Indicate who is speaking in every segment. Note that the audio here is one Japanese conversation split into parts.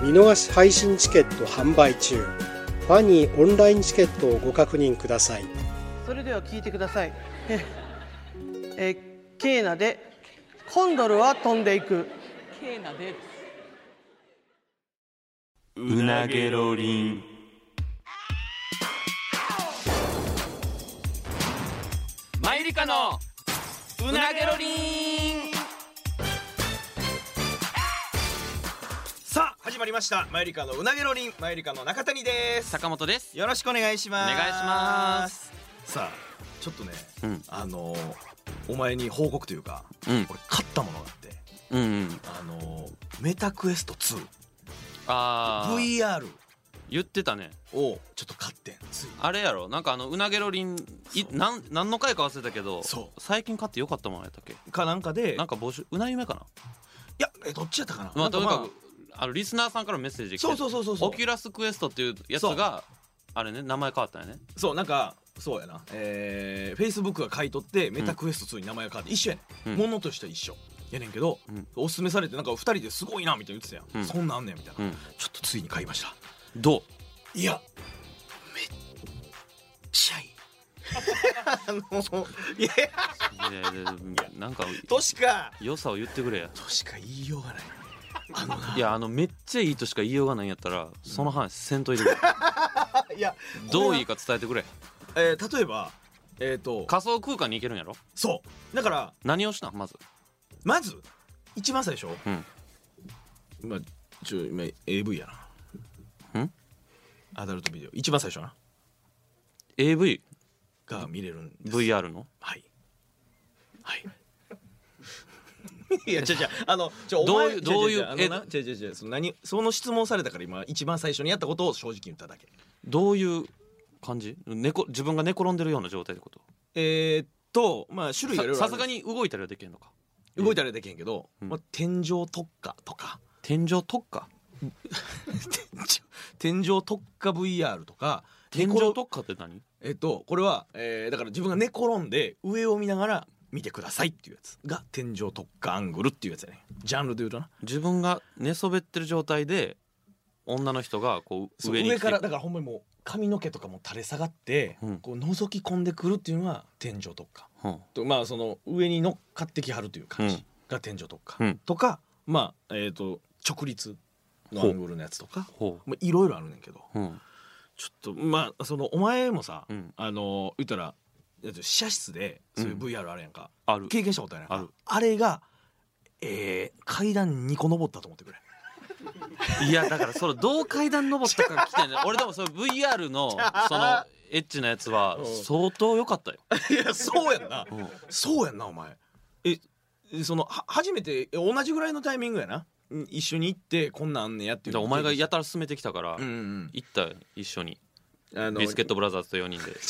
Speaker 1: 見逃し配信チケット販売中ファニーオンラインチケットをご確認ください
Speaker 2: それでは聞いてください えーえーケーナでコンドルは飛んでいく
Speaker 3: ケーナで
Speaker 4: うなげろりんマイリカのうなげろりん
Speaker 5: さあ始まりましたマユリカのうなげろりんマユリカの中谷です
Speaker 4: 坂本です
Speaker 5: よろしくお願いします
Speaker 4: お願いします
Speaker 5: さあちょっとね、
Speaker 4: うん
Speaker 5: あのーお前に報告というか、
Speaker 4: うん
Speaker 5: 俺買ったものがあって
Speaker 4: うんうん
Speaker 5: あのーメタクエスト
Speaker 4: あー
Speaker 5: 2VR
Speaker 4: 言ってたね
Speaker 5: をちょっと買ってんついに
Speaker 4: あれやろなんかあのうなげろりんい
Speaker 5: そう
Speaker 4: なん何の回か忘れたけど
Speaker 5: そう
Speaker 4: 最近買ってよかったもんやったっけ
Speaker 5: かなんかで
Speaker 4: なんか募集うな夢かな
Speaker 5: いやえどっちやったかな,、
Speaker 4: まあ
Speaker 5: なん
Speaker 4: とに
Speaker 5: ま
Speaker 4: かくあのリスナーさんからメッセージ来て
Speaker 5: そうそうそうそうそう
Speaker 4: オキュラスクエストっていうやつがあれね名前変わったよね
Speaker 5: そうなんかそうやなえー、Facebook が買い取ってメタクエスト2に名前が変わって一緒やね
Speaker 4: う
Speaker 5: ん、
Speaker 4: ん
Speaker 5: ものとしては一緒やねんけど、
Speaker 4: うん
Speaker 5: おすすめされてなんか2人ですごいなみたいな言ってたやん、
Speaker 4: うん
Speaker 5: そんなんあんねんみたいな、
Speaker 4: うん
Speaker 5: ちょっとついに買いました
Speaker 4: どう
Speaker 5: いやめっちゃいい あのいや
Speaker 4: いやいやいやなんか
Speaker 5: としか
Speaker 4: 良さを言ってくれや
Speaker 5: としか言いようがないあのない
Speaker 4: やあのめっちゃいいとしか言いようがないんやったらその話せんといてくれ
Speaker 5: いや
Speaker 4: どうい
Speaker 5: い
Speaker 4: いか伝えて くれ
Speaker 5: えー、例えばえっ、ー、と
Speaker 4: 仮想空間に行けるんやろ
Speaker 5: そうだから
Speaker 4: 何をしたんまず
Speaker 5: まず一番最初、
Speaker 4: うん
Speaker 5: 今ちょ今 AV やなんアダルトビデオ一番最初な
Speaker 4: AVVR
Speaker 5: が見れるんです
Speaker 4: の
Speaker 5: はいはい いや違う違うあのちょ
Speaker 4: どう
Speaker 5: お
Speaker 4: い
Speaker 5: 前
Speaker 4: うどういう
Speaker 5: 違違違あのな違う違う違うその何その質問されたから今一番最初にやったことを正直言っただけ
Speaker 4: どういう感じ猫自分が寝転んでるような状態ってこと
Speaker 5: えー、っとまあ種類がいろいろ
Speaker 4: さ
Speaker 5: あ
Speaker 4: さ
Speaker 5: る
Speaker 4: すがに動いたりはできるのか
Speaker 5: 動いたらできへんけど、
Speaker 4: うん
Speaker 5: まあ、天井特化とか
Speaker 4: 天井特化
Speaker 5: 天井特化 VR とか
Speaker 4: 天井特化って何
Speaker 5: えっと、これは、えーだから自分が寝転んで上を見ながら見てくださいっていうやつが天井特化アングルっていうやつやねジャンルで言うとな
Speaker 4: 自分が寝そべってる状態で女の人がこう
Speaker 5: そう上
Speaker 4: 上に来て
Speaker 5: からだからほんまにもう髪の毛とかも垂れ下がって、
Speaker 4: うん
Speaker 5: こう覗き込んでくるっていうのが天井特化
Speaker 4: うん
Speaker 5: とまあその上に乗っかってきはるという感
Speaker 4: うん
Speaker 5: じが天井特化、
Speaker 4: うん
Speaker 5: とかまあえっ、と直立のアングルのやつとか
Speaker 4: ほ
Speaker 5: まあいろいろあるねんけど
Speaker 4: ううん
Speaker 5: ちょっとまあそのお前もさ、
Speaker 4: うん
Speaker 5: あの言ったらえっと試写室でそういう
Speaker 4: うん
Speaker 5: VR あるやんか、
Speaker 4: ある
Speaker 5: 経験したことないな
Speaker 4: ある
Speaker 5: あれが、えー、階段2個登ったと思ってくれ
Speaker 4: いやだからそのどう階段登ったか来て ね俺でもその VR のそのエッチなやつは
Speaker 5: うん
Speaker 4: 相当良かったよ、
Speaker 5: いやそうやんな
Speaker 4: うん
Speaker 5: そうやんなお前えそのは初めてえ同じぐらいのタイミングやなうん一緒に行ってこんなんあんねやっていう
Speaker 4: じゃあお前がやたら進めてきたから、
Speaker 5: うんうん
Speaker 4: 行ったよ一緒に
Speaker 5: うんあの
Speaker 4: ビスケットブラザーズと4人で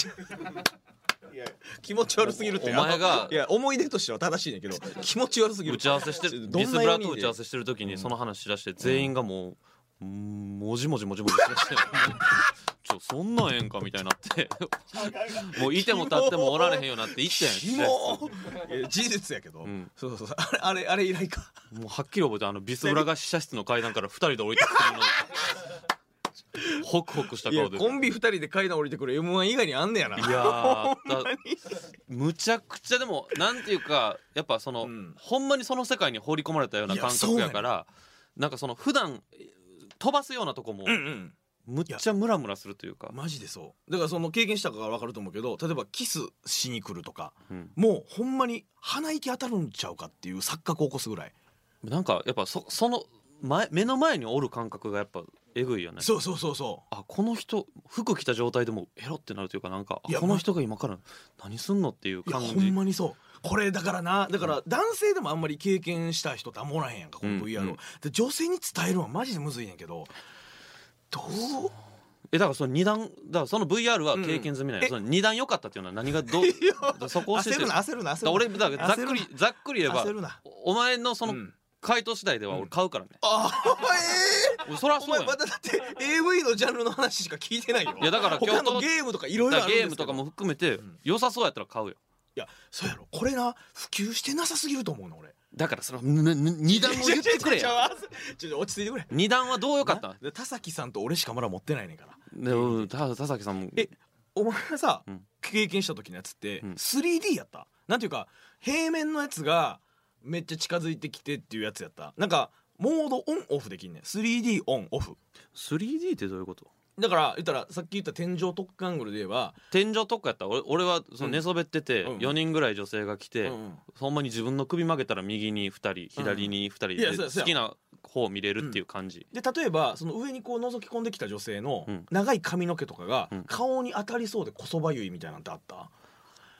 Speaker 5: 気持ち悪すぎるって
Speaker 4: お前が
Speaker 5: あのいや思い出としては正しいねんけど気持ち悪すぎる
Speaker 4: 打ち合わせしてる
Speaker 5: ど
Speaker 4: ビ
Speaker 5: ん
Speaker 4: ス
Speaker 5: な
Speaker 4: ブラ
Speaker 5: 4
Speaker 4: と
Speaker 5: 人
Speaker 4: 打
Speaker 5: で
Speaker 4: ち合わせしてる時にその話しだして全員がもう、うん、もじもじもじもじしだしてもう ちょそんなんええんかみたいになって もういても立ってもおられへんようになって行ったやん
Speaker 5: キモーいや事実やけど、
Speaker 4: うん
Speaker 5: そうそうそうあれあれあれ以来か
Speaker 4: もうはっきり覚えてあのビスブラが試写室の階段から2人で降りてくるのをホクホクした
Speaker 5: い
Speaker 4: 顔
Speaker 5: や
Speaker 4: で
Speaker 5: コンビ2人で階段降りてくる m 1以外にあんねやない
Speaker 4: やーだむちゃくちゃでもなんていうかやっぱその、
Speaker 5: うん
Speaker 4: ほんまにその世界に放り込まれたようない
Speaker 5: や
Speaker 4: 感覚やからなんかその普段飛ばすようなとこも、
Speaker 5: うんうん
Speaker 4: むっちゃムラムラするというか、
Speaker 5: マジでそうだからその経験したから分かると思うけど例えばキスしに来るとか
Speaker 4: うん
Speaker 5: もうほんまに鼻息当たるんちゃうかっていう錯覚を起こすぐらい、
Speaker 4: なんかやっぱそその前目の前におる感覚がやっぱえぐいよね
Speaker 5: そうそうそうそ
Speaker 4: あこの人服着た状態でもエロってなるというかなんかあ
Speaker 5: いや
Speaker 4: この人が今から何すんのっていう
Speaker 5: ういや
Speaker 4: 感
Speaker 5: ほ
Speaker 4: じ
Speaker 5: んまにそうこれだからなだから男性でもあんまり経験した人ってあんまおらへんやんかこの VR を、
Speaker 4: うんうん
Speaker 5: で女性に伝えるのはマジでむずいねんけどどう
Speaker 4: えだからその二段だからその VR は経験済みなんや、
Speaker 5: うん
Speaker 4: その二段良かったっていうのは何が どうだそこを教えて
Speaker 5: 焦る
Speaker 4: よ
Speaker 5: な
Speaker 4: だか
Speaker 5: 焦るな焦
Speaker 4: ら
Speaker 5: るな
Speaker 4: 俺だからざっくり
Speaker 5: 焦
Speaker 4: ざっくり言えば
Speaker 5: 焦るな
Speaker 4: お前のその
Speaker 5: うん
Speaker 4: 回答次第では俺買うからね、
Speaker 5: ああええ
Speaker 4: 俺そりゃ
Speaker 5: お
Speaker 4: そう
Speaker 5: 前
Speaker 4: やん
Speaker 5: まただって AV のジャンルの話しか聞いてないよ
Speaker 4: いやだから
Speaker 5: 他
Speaker 4: 今
Speaker 5: の
Speaker 4: 日と
Speaker 5: ゲームとかいろい
Speaker 4: だ
Speaker 5: ろ
Speaker 4: から
Speaker 5: あるん
Speaker 4: ゲーム
Speaker 5: ですけど
Speaker 4: とかも含めて良さそうやったら買うよ
Speaker 5: いやそうやろこれな普及してなさすぎると思うの俺
Speaker 4: だからそのぬぬ二段を言ってくれ
Speaker 5: ちょ
Speaker 4: よ
Speaker 5: ちょちょ落ち着いてくれ
Speaker 4: 二段はどう良かった
Speaker 5: な田崎さんと俺しかまだ持ってないねんから
Speaker 4: でうんた田崎さんも
Speaker 5: えお前がさ、
Speaker 4: うん
Speaker 5: 経験した時のやつって
Speaker 4: うん
Speaker 5: 3D やったなんていうか平面のやつがめっちゃ近づいてきてっていうやつやったなんかモードオンオフできんねん 3D オンオフ
Speaker 4: 3D ってどういうこと
Speaker 5: だから言ったらさっき言った天井特化アングルで言えば、
Speaker 4: 天井とかやったら俺俺はその寝そべってて
Speaker 5: うん
Speaker 4: 4人ぐらい女性が来て、
Speaker 5: うん
Speaker 4: ほんまに自分の首曲げたら右に2人左に2人
Speaker 5: いやそう
Speaker 4: で
Speaker 5: やそうや
Speaker 4: 好きな方を見れるっていう感じ、
Speaker 5: で例えばその上にこう覗き込んできた女性の
Speaker 4: うん
Speaker 5: 長い髪の毛とかが
Speaker 4: うん
Speaker 5: 顔に当たりそうでこそばゆいみたいなんてあった、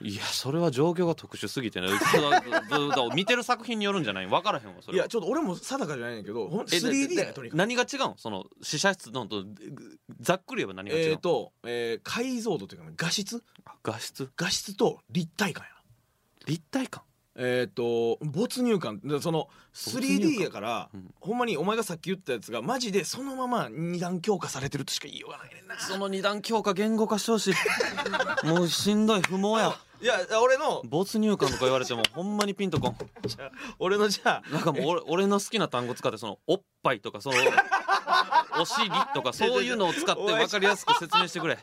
Speaker 4: いやそれは状況が特殊すぎてねそれはずずだから見てる作品によるんじゃない分からへんわそ
Speaker 5: い
Speaker 4: れは
Speaker 5: やちょっと俺も定かじゃないねんだけどほん
Speaker 4: えで
Speaker 5: 3D
Speaker 4: で
Speaker 5: やとにかく
Speaker 4: 何が違うんその試写室のとざっくり言えば何が違う
Speaker 5: えっ、と、えー解像度というかね画質
Speaker 4: あ画質
Speaker 5: 画質と立体感やな
Speaker 4: 立体感
Speaker 5: えっ、と没入感でその
Speaker 4: 没入
Speaker 5: 3D
Speaker 4: 感
Speaker 5: やから、
Speaker 4: うん
Speaker 5: ほんまにお前がさっき言ったやつがマジでそのまま二段強化されてるとしか言いようがないねんな
Speaker 4: その二段強化言語化してほしいもうしんどい不毛や
Speaker 5: いや俺の
Speaker 4: 没入感とか言われてもほんまにピンとこん
Speaker 5: 俺のじゃあ
Speaker 4: なんかもう俺俺の好きな単語使ってそのおっぱいとか そのお尻とかそういうのを使って分かりやすく説明してくれ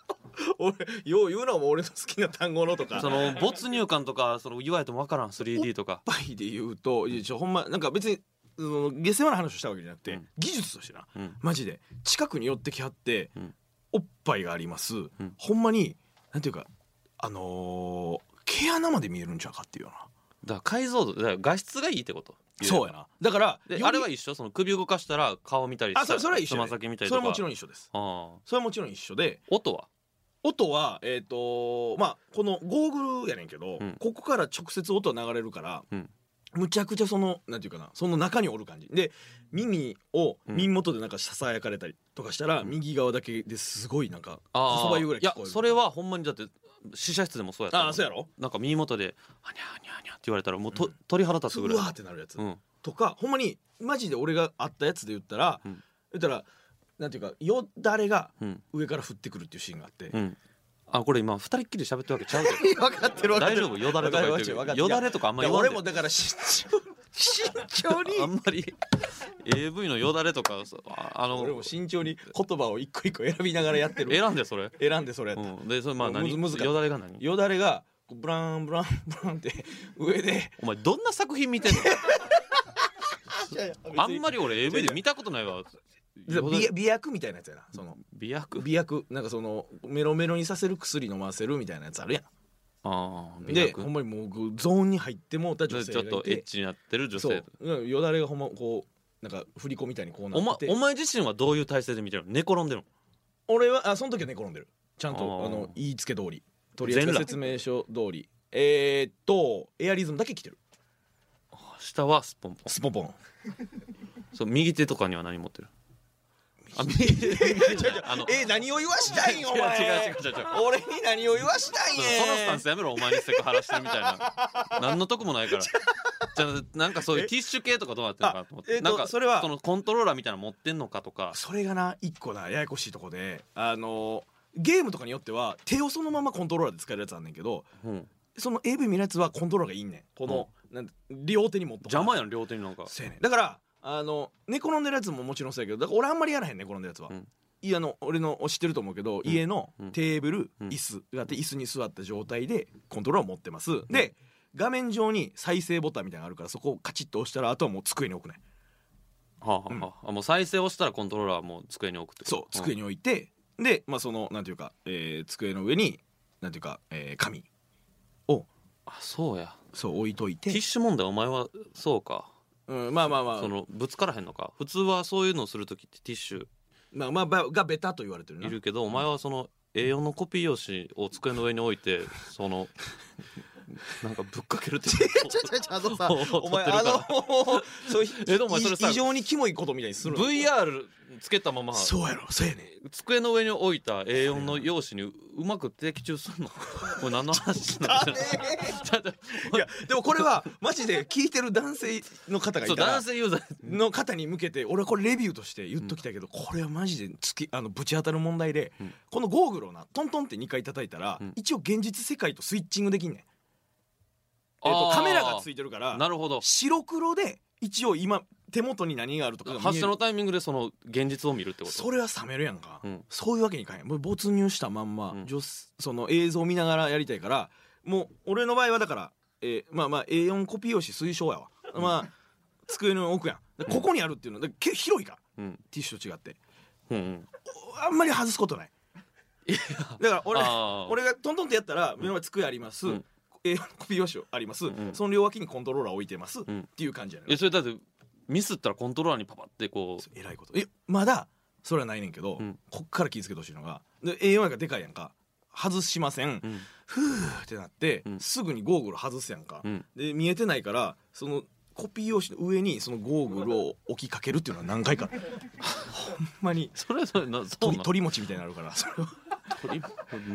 Speaker 5: 俺よう言うなも俺の好きな単語のとか
Speaker 4: そ
Speaker 5: おっ
Speaker 4: の没入感とかその言われても分からん 3D とか
Speaker 5: ぱいで言うといやちょほんまなんか別にその下世話な話をしたわけじゃなくて、
Speaker 4: うん
Speaker 5: 技術としてな
Speaker 4: うん
Speaker 5: マジで近くに寄ってきはって、
Speaker 4: うん
Speaker 5: おっぱいがあります、
Speaker 4: ん
Speaker 5: ほんまになんていうかあのー毛穴まで見えるんちゃうかっていうような
Speaker 4: だから解像度だから画質がいいってこと
Speaker 5: そうやなだからよ
Speaker 4: で
Speaker 5: り
Speaker 4: あれは一緒その首動かしたら顔見たり
Speaker 5: あそれそれは一緒
Speaker 4: つま先見たりと
Speaker 5: それ
Speaker 4: か
Speaker 5: はもちろ
Speaker 4: ん
Speaker 5: ん一緒です
Speaker 4: ああ
Speaker 5: それはもちろん一緒で
Speaker 4: 音は
Speaker 5: 音はえっ、とまあこのゴーグルやねんけど、
Speaker 4: うん
Speaker 5: ここから直接音は流れるから、
Speaker 4: うん
Speaker 5: むちゃくちゃそのなんていうかなその中におる感じで耳を
Speaker 4: うん
Speaker 5: 耳元でなんかささやかれたりとかしたら、右側だけですごいなんか
Speaker 4: ああ
Speaker 5: こそばゆうぐらい聞こえる
Speaker 4: やそれはほんまにだって試写室でもそうやった
Speaker 5: ああそうやろ
Speaker 4: なんか耳元で「あにゃあにゃあにゃ」って言われたらもうと、
Speaker 5: うん
Speaker 4: 鳥肌立つ
Speaker 5: う
Speaker 4: ぐらい
Speaker 5: わーってなるやつ、
Speaker 4: うん
Speaker 5: とかほんまにマジで俺があったやつで言ったら、
Speaker 4: うん
Speaker 5: 言ったらなんていうかよだれが
Speaker 4: うん
Speaker 5: 上から降ってくるっていうシーンがあって、
Speaker 4: うんあこれ今二人っきり喋ってるわけちゃうけど
Speaker 5: 分かってる分かっ
Speaker 4: 大
Speaker 5: てる
Speaker 4: 丈夫よだれとか言ってる
Speaker 5: わか
Speaker 4: け
Speaker 5: っ
Speaker 4: どよ
Speaker 5: てる
Speaker 4: だれとかあんま
Speaker 5: いや
Speaker 4: 言わん
Speaker 5: 俺
Speaker 4: で
Speaker 5: もだから慎重慎重に
Speaker 4: あんまり AV のよだれとかそうああ
Speaker 5: 俺も
Speaker 4: の
Speaker 5: 慎重に言葉を一個一個選びながらやってる
Speaker 4: 選んでそれ、
Speaker 5: 選んでそれ
Speaker 4: う
Speaker 5: やった、
Speaker 4: ん、でそれまあ何
Speaker 5: むずむずかった
Speaker 4: よだれが何
Speaker 5: よだれがこうブランブランブランって上で
Speaker 4: お前どんな作品見てんのあんま
Speaker 5: り
Speaker 4: り俺 AV で見たことないわよだれ
Speaker 5: 美美薬みたいなやつやなその
Speaker 4: 美薬
Speaker 5: 美薬なんかそのメロメロにさせる薬飲ませるみたいなやつあるや
Speaker 4: ああ
Speaker 5: ん
Speaker 4: 美
Speaker 5: で
Speaker 4: 薬
Speaker 5: ほんまにもうこうゾーンに入ってもうた
Speaker 4: ち
Speaker 5: 女
Speaker 4: ょ
Speaker 5: 性
Speaker 4: ちょっ
Speaker 5: がい
Speaker 4: とエッ
Speaker 5: て
Speaker 4: チになってる女
Speaker 5: そ
Speaker 4: 性
Speaker 5: ううんよだれがほんまこうなんか振り子みたいにこうな
Speaker 4: お,、ま
Speaker 5: っ、て
Speaker 4: お前自身はどういう体勢で見てるの寝転んでる
Speaker 5: 俺はあその時は寝転んでるちゃんと
Speaker 4: あー
Speaker 5: あの言いつけ通り取扱説明書通りえー、っとエアリズムだけ来てる
Speaker 4: の下はスポンポ
Speaker 5: スポポン
Speaker 4: ンそう右手とかには何持ってるあ右手 あの
Speaker 5: えー、何を言わしたいんお前
Speaker 4: 違う違う違う違う
Speaker 5: 俺に何を言わしたいん
Speaker 4: そのスタンスやめろお前にセクハラしてるみたいな何の得もないからじゃあなんかそういうティッシュ系とかどうなってるのかなと思って、
Speaker 5: あえっと
Speaker 4: なんか
Speaker 5: それは
Speaker 4: のコントローラーみたいなの持ってんのかとか
Speaker 5: それがな一個なややこしいとこであのゲームとかによっては手をそのままコントローラーで使えるやつあんねんけど
Speaker 4: うん
Speaker 5: その AV 見るやつはコントローラーがいいねんこの、なんて両手に持っと
Speaker 4: 邪魔や
Speaker 5: ん
Speaker 4: ん両手になんか
Speaker 5: そうやねんだからあの寝転んでるやつももちろんそうやけどだから俺あんまりやらへん寝転んでるやつは、
Speaker 4: うん
Speaker 5: いやあの俺の知ってると思うけど、
Speaker 4: ん
Speaker 5: 家の
Speaker 4: うん
Speaker 5: テーブル、
Speaker 4: うん
Speaker 5: 椅子があって椅子に座った状態でコントローラーを持ってます、で画面上に再生ボタンみたいなのがあるからそこをカチッと押したらあとはもう机に置くねん
Speaker 4: はあはあはあ、あもう再生をしたらコントローラーはもう机に置くってこと
Speaker 5: そう机
Speaker 4: に、
Speaker 5: に置いて、でまあそのなんていうか、えー机の上になんていうか、えー紙を
Speaker 4: あそうや
Speaker 5: そう置いとい
Speaker 4: ティッ
Speaker 5: て、
Speaker 4: シュ問題お前はそうか
Speaker 5: うん、まあまあまあ
Speaker 4: そのぶつからへんのか普通はそういうのをする時ってティッシュ
Speaker 5: まあまあばがベタと言われてるない
Speaker 4: るけどお前はその A4 のコピー用紙を机の上に置いてそのなんかぶっかけるって
Speaker 5: ちょちょちょあの さ
Speaker 4: 撮ってるから
Speaker 5: お前あのそう
Speaker 4: えでもお前それさ
Speaker 5: い異常にキモいことみたいにするの
Speaker 4: VR つけたまま
Speaker 5: そうやろそうやねん
Speaker 4: 机の上に置いた A4 の用紙にううまく的中すんの これ何の話なの
Speaker 5: いやでもこれはマジで聞いてる男性の方がい
Speaker 4: そう
Speaker 5: たら
Speaker 4: 男性ユーザー
Speaker 5: の方に向けて俺はこれレビューとして言っときたいけど、これはマジで突きあのぶち当たる問題で、
Speaker 4: うん
Speaker 5: このゴーグルをなトントンって2回叩いたら、
Speaker 4: うん
Speaker 5: 一応現実世界とスイッチングできんねん、えっと
Speaker 4: あー
Speaker 5: カメラがついてるから
Speaker 4: なるほど
Speaker 5: 白黒で一応今手元に何があるとかが見える
Speaker 4: 発射のタイミングでその現実を見るってこと
Speaker 5: それは冷めるやんか、
Speaker 4: うん
Speaker 5: そういうわけにいかへんもう没入したまんま、
Speaker 4: うん
Speaker 5: 女すその映像を見ながらやりたいからもう俺の場合はだから、えーまあまあ A4 コピー用紙推奨やわ、まあ机の奥やんでここにあるっていうのでけ広いから
Speaker 4: うん
Speaker 5: ティッシュと違って
Speaker 4: うんうん
Speaker 5: おあんまり外すことないだから俺
Speaker 4: あー
Speaker 5: 俺がトントンってやったら目の前机あります、
Speaker 4: うん
Speaker 5: A4 コピー用紙あります、
Speaker 4: ん
Speaker 5: その両脇にコントローラー置いてます、
Speaker 4: ん
Speaker 5: っていう感じやね
Speaker 4: いやそれだってミスったらコントローラーにパパってこう
Speaker 5: えらいことえまだそれはないねんけど、
Speaker 4: うん
Speaker 5: こっから気ぃつけてほしいのがで A4 やからでかいやんか外しません、
Speaker 4: うん
Speaker 5: ふーってなって、
Speaker 4: うん
Speaker 5: すぐにゴーグル外すやんか、
Speaker 4: うん
Speaker 5: で見えてないからそのコピー用紙の上にそのゴーグルを置きかけるっていうのは何回かほんまに
Speaker 4: それはそれなそう
Speaker 5: 鳥
Speaker 4: な
Speaker 5: 鳥餅みたいになるからそれは
Speaker 4: 鳥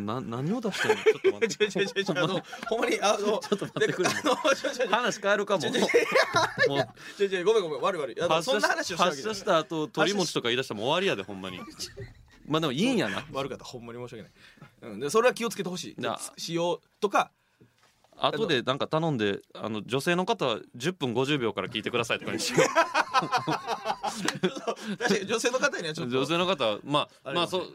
Speaker 4: な何を出してるのちょっと待 って
Speaker 5: 違う違う違う違うあのほんまにあのちょっと
Speaker 4: 待ってくれ
Speaker 5: あのちょちょちょ
Speaker 4: 話変えるかももう
Speaker 5: ちょちょごめんごめん悪い悪いあの
Speaker 4: 発
Speaker 5: そ
Speaker 4: 射
Speaker 5: んな話
Speaker 4: し
Speaker 5: をしたわけ
Speaker 4: 発射
Speaker 5: じゃない
Speaker 4: した後鳥持ちとか言い出したらもう終わりやでほんま にまあでもいいんやな
Speaker 5: 悪かったほんまに申し訳ない、うん、でそれは気をつけてほしい
Speaker 4: じゃあ
Speaker 5: 使用とか
Speaker 4: 後でなんか頼んであの女性の方は10分50秒から聞いてくださいとかにしよ
Speaker 5: 確かに女性の方にはちょ
Speaker 4: う
Speaker 5: っ
Speaker 4: 女
Speaker 5: と
Speaker 4: 性の方はまあ
Speaker 5: あれ
Speaker 4: まあそう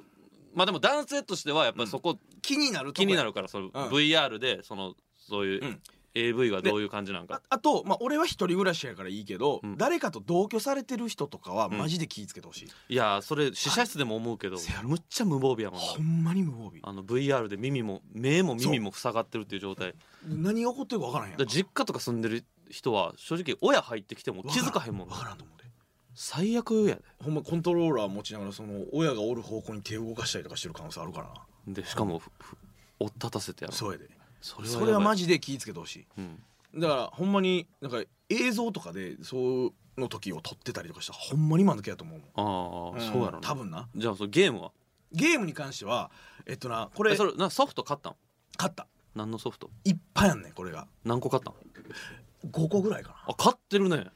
Speaker 4: まあでも男性としてはやっぱりそこ
Speaker 5: 気になるとこ
Speaker 4: 気
Speaker 5: や
Speaker 4: になるからその VR でそのそういううん AV がどういう感じなんか
Speaker 5: ああと、まあ、俺は一人暮らしやからいいけど、
Speaker 4: ん
Speaker 5: 誰かと同居されてる人とかは
Speaker 4: ん
Speaker 5: マジで気ぃつけてほしい、
Speaker 4: いやーそれ試写室でも思うけど
Speaker 5: せやろ
Speaker 4: むっちゃ無防備やもんな
Speaker 5: ほんまに無防備
Speaker 4: あの VR で耳も目も耳も塞がってるっていう状態
Speaker 5: 何が起こってるか分からへんやん
Speaker 4: だから実家とか住んでる人は正直親入ってきても気づかへんもん
Speaker 5: 分からんと思うで
Speaker 4: 最悪や
Speaker 5: ほんまコントローラー持ちながらその親がおる方向に手を動かしたりとかしてる可能性あるからな
Speaker 4: ででしかもふふ追っ立たせてやる
Speaker 5: そうやで
Speaker 4: そ
Speaker 5: それはマ
Speaker 4: ジ
Speaker 5: ジで気ぃつけてほし
Speaker 4: うん
Speaker 5: いだからほんまになんか映像とかでそうの時を撮ってたりとかしたらほんまに間抜けやと思うもん
Speaker 4: ああ、
Speaker 5: ん
Speaker 4: そうやろな
Speaker 5: 多分な
Speaker 4: じゃあそのゲームは
Speaker 5: ゲームに関してはえっとなこ
Speaker 4: え
Speaker 5: れ
Speaker 4: そ
Speaker 5: 勝
Speaker 4: れなソフト買ったん
Speaker 5: った
Speaker 4: 何のソフト
Speaker 5: いっぱいあんねんこれが
Speaker 4: 何個買ったん
Speaker 5: 5個ぐらいかな
Speaker 4: あ買ってるね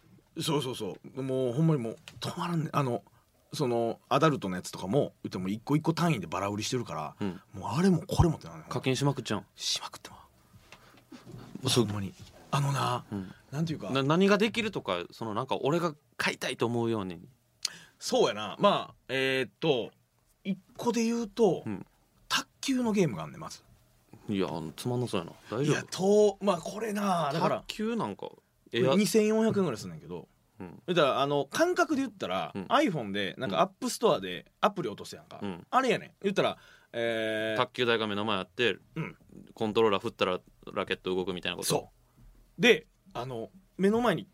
Speaker 5: そうそうそうもうほんまにもう止まらんねんあのそのアダルトのやつとかも言っても一個一個単位でバラ売りしてるから、
Speaker 4: うん
Speaker 5: もうあれもこれもってなんねん
Speaker 4: 課金しまくっちゃう
Speaker 5: しまくってまうほんまにあのな、
Speaker 4: ん
Speaker 5: なんていうか
Speaker 4: な何ができるとかそのなんか俺が買いたいと思うように
Speaker 5: そうやなまあえーっと一個で言うと、
Speaker 4: うん
Speaker 5: 卓球のゲームがあんねんまず
Speaker 4: いやつまんなそうやな大
Speaker 5: い
Speaker 4: 丈
Speaker 5: やとまあこれなだ
Speaker 4: 夫
Speaker 5: から
Speaker 4: 卓球なんかえや
Speaker 5: 2400円ぐらいすんねんけど、
Speaker 4: うん
Speaker 5: だからあの感覚で言ったら、
Speaker 4: うん
Speaker 5: iPhone でなんかアップストアでアプリ落とすやんか、
Speaker 4: うん
Speaker 5: あれやねん言ったらえー
Speaker 4: 卓球台が目の前あって、
Speaker 5: うん
Speaker 4: コントローラー振ったらラケット動くみたいなこと
Speaker 5: そうであの目の前に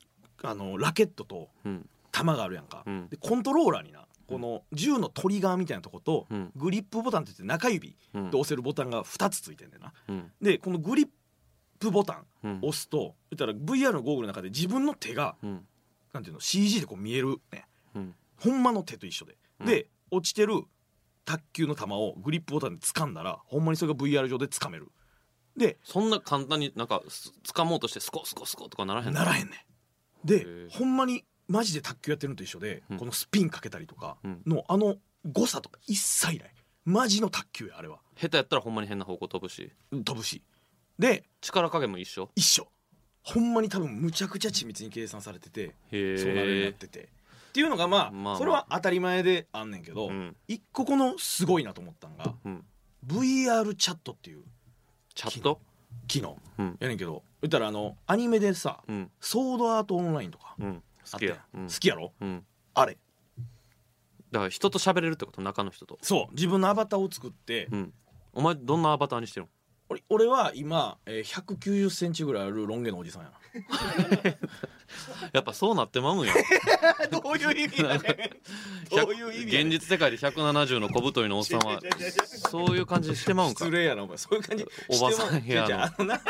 Speaker 5: あのラケットと
Speaker 4: う、ん
Speaker 5: 弾があるやんか、
Speaker 4: うん
Speaker 5: でコントローラーになこの銃のトリガーみたいなとこと、
Speaker 4: うん
Speaker 5: グリップボタンって言って中指
Speaker 4: うん
Speaker 5: で押せるボタンが2つついてんだよな
Speaker 4: うん
Speaker 5: でこのグリップボタン
Speaker 4: うん
Speaker 5: 押すと言ったら VR のゴーグルの中で自分の手が
Speaker 4: うん
Speaker 5: なんていうの CG でこう見えるね
Speaker 4: うん
Speaker 5: ほんまの手と一緒で、
Speaker 4: うん
Speaker 5: で落ちてる卓球の球をグリップボタンで掴んだらほんまにそれが VR 上で掴めるで
Speaker 4: そんな簡単になんかす掴もうとしてスコスコスコとかならへんの
Speaker 5: ならへんねん
Speaker 4: へ
Speaker 5: で
Speaker 4: ー
Speaker 5: ほんまにマジで卓球やってるのと一緒で、
Speaker 4: うん
Speaker 5: このスピンかけたりとか
Speaker 4: うん
Speaker 5: の、あの誤差とか一切ないマジの卓球やあれは
Speaker 4: 下手やったらほんまに変な方向飛ぶし
Speaker 5: 飛ぶしで
Speaker 4: 力加減も一緒
Speaker 5: 一緒ほんまに多分むちゃくちゃ緻密に計算されてて
Speaker 4: へえ
Speaker 5: そうなるようになっててっていうのがまあ、
Speaker 4: まあまあ
Speaker 5: それは当たり前であんねんけど、
Speaker 4: うん
Speaker 5: 一個このすごいなと思ったのが
Speaker 4: うん
Speaker 5: VR チャットっていう
Speaker 4: チャット
Speaker 5: 機能
Speaker 4: うん
Speaker 5: やねんけど言ったらあのアニメでさ
Speaker 4: うん
Speaker 5: 「ソードアートオンライン」とか
Speaker 4: うん
Speaker 5: あ
Speaker 4: 好
Speaker 5: った
Speaker 4: き
Speaker 5: や
Speaker 4: や、うん
Speaker 5: ん好きやろ
Speaker 4: うん、
Speaker 5: あれ
Speaker 4: だから人と喋れるってこと中の人と
Speaker 5: そう自分のアバターを作って、
Speaker 4: うんお前どんなアバターにしてるの
Speaker 5: 俺俺は今、えー、1 9 0ンチぐらいあるロン毛のおじさんやな
Speaker 4: やっぱそうなってまうん や
Speaker 5: どういう意味 やねんどういう意味や
Speaker 4: 現
Speaker 5: ねん
Speaker 4: 実世界で170の小太りのおっさん はそういう感じしてまうんか
Speaker 5: 失礼やなお前そういう感じ
Speaker 4: おばさん
Speaker 5: して
Speaker 4: やの
Speaker 5: も違う違うあのな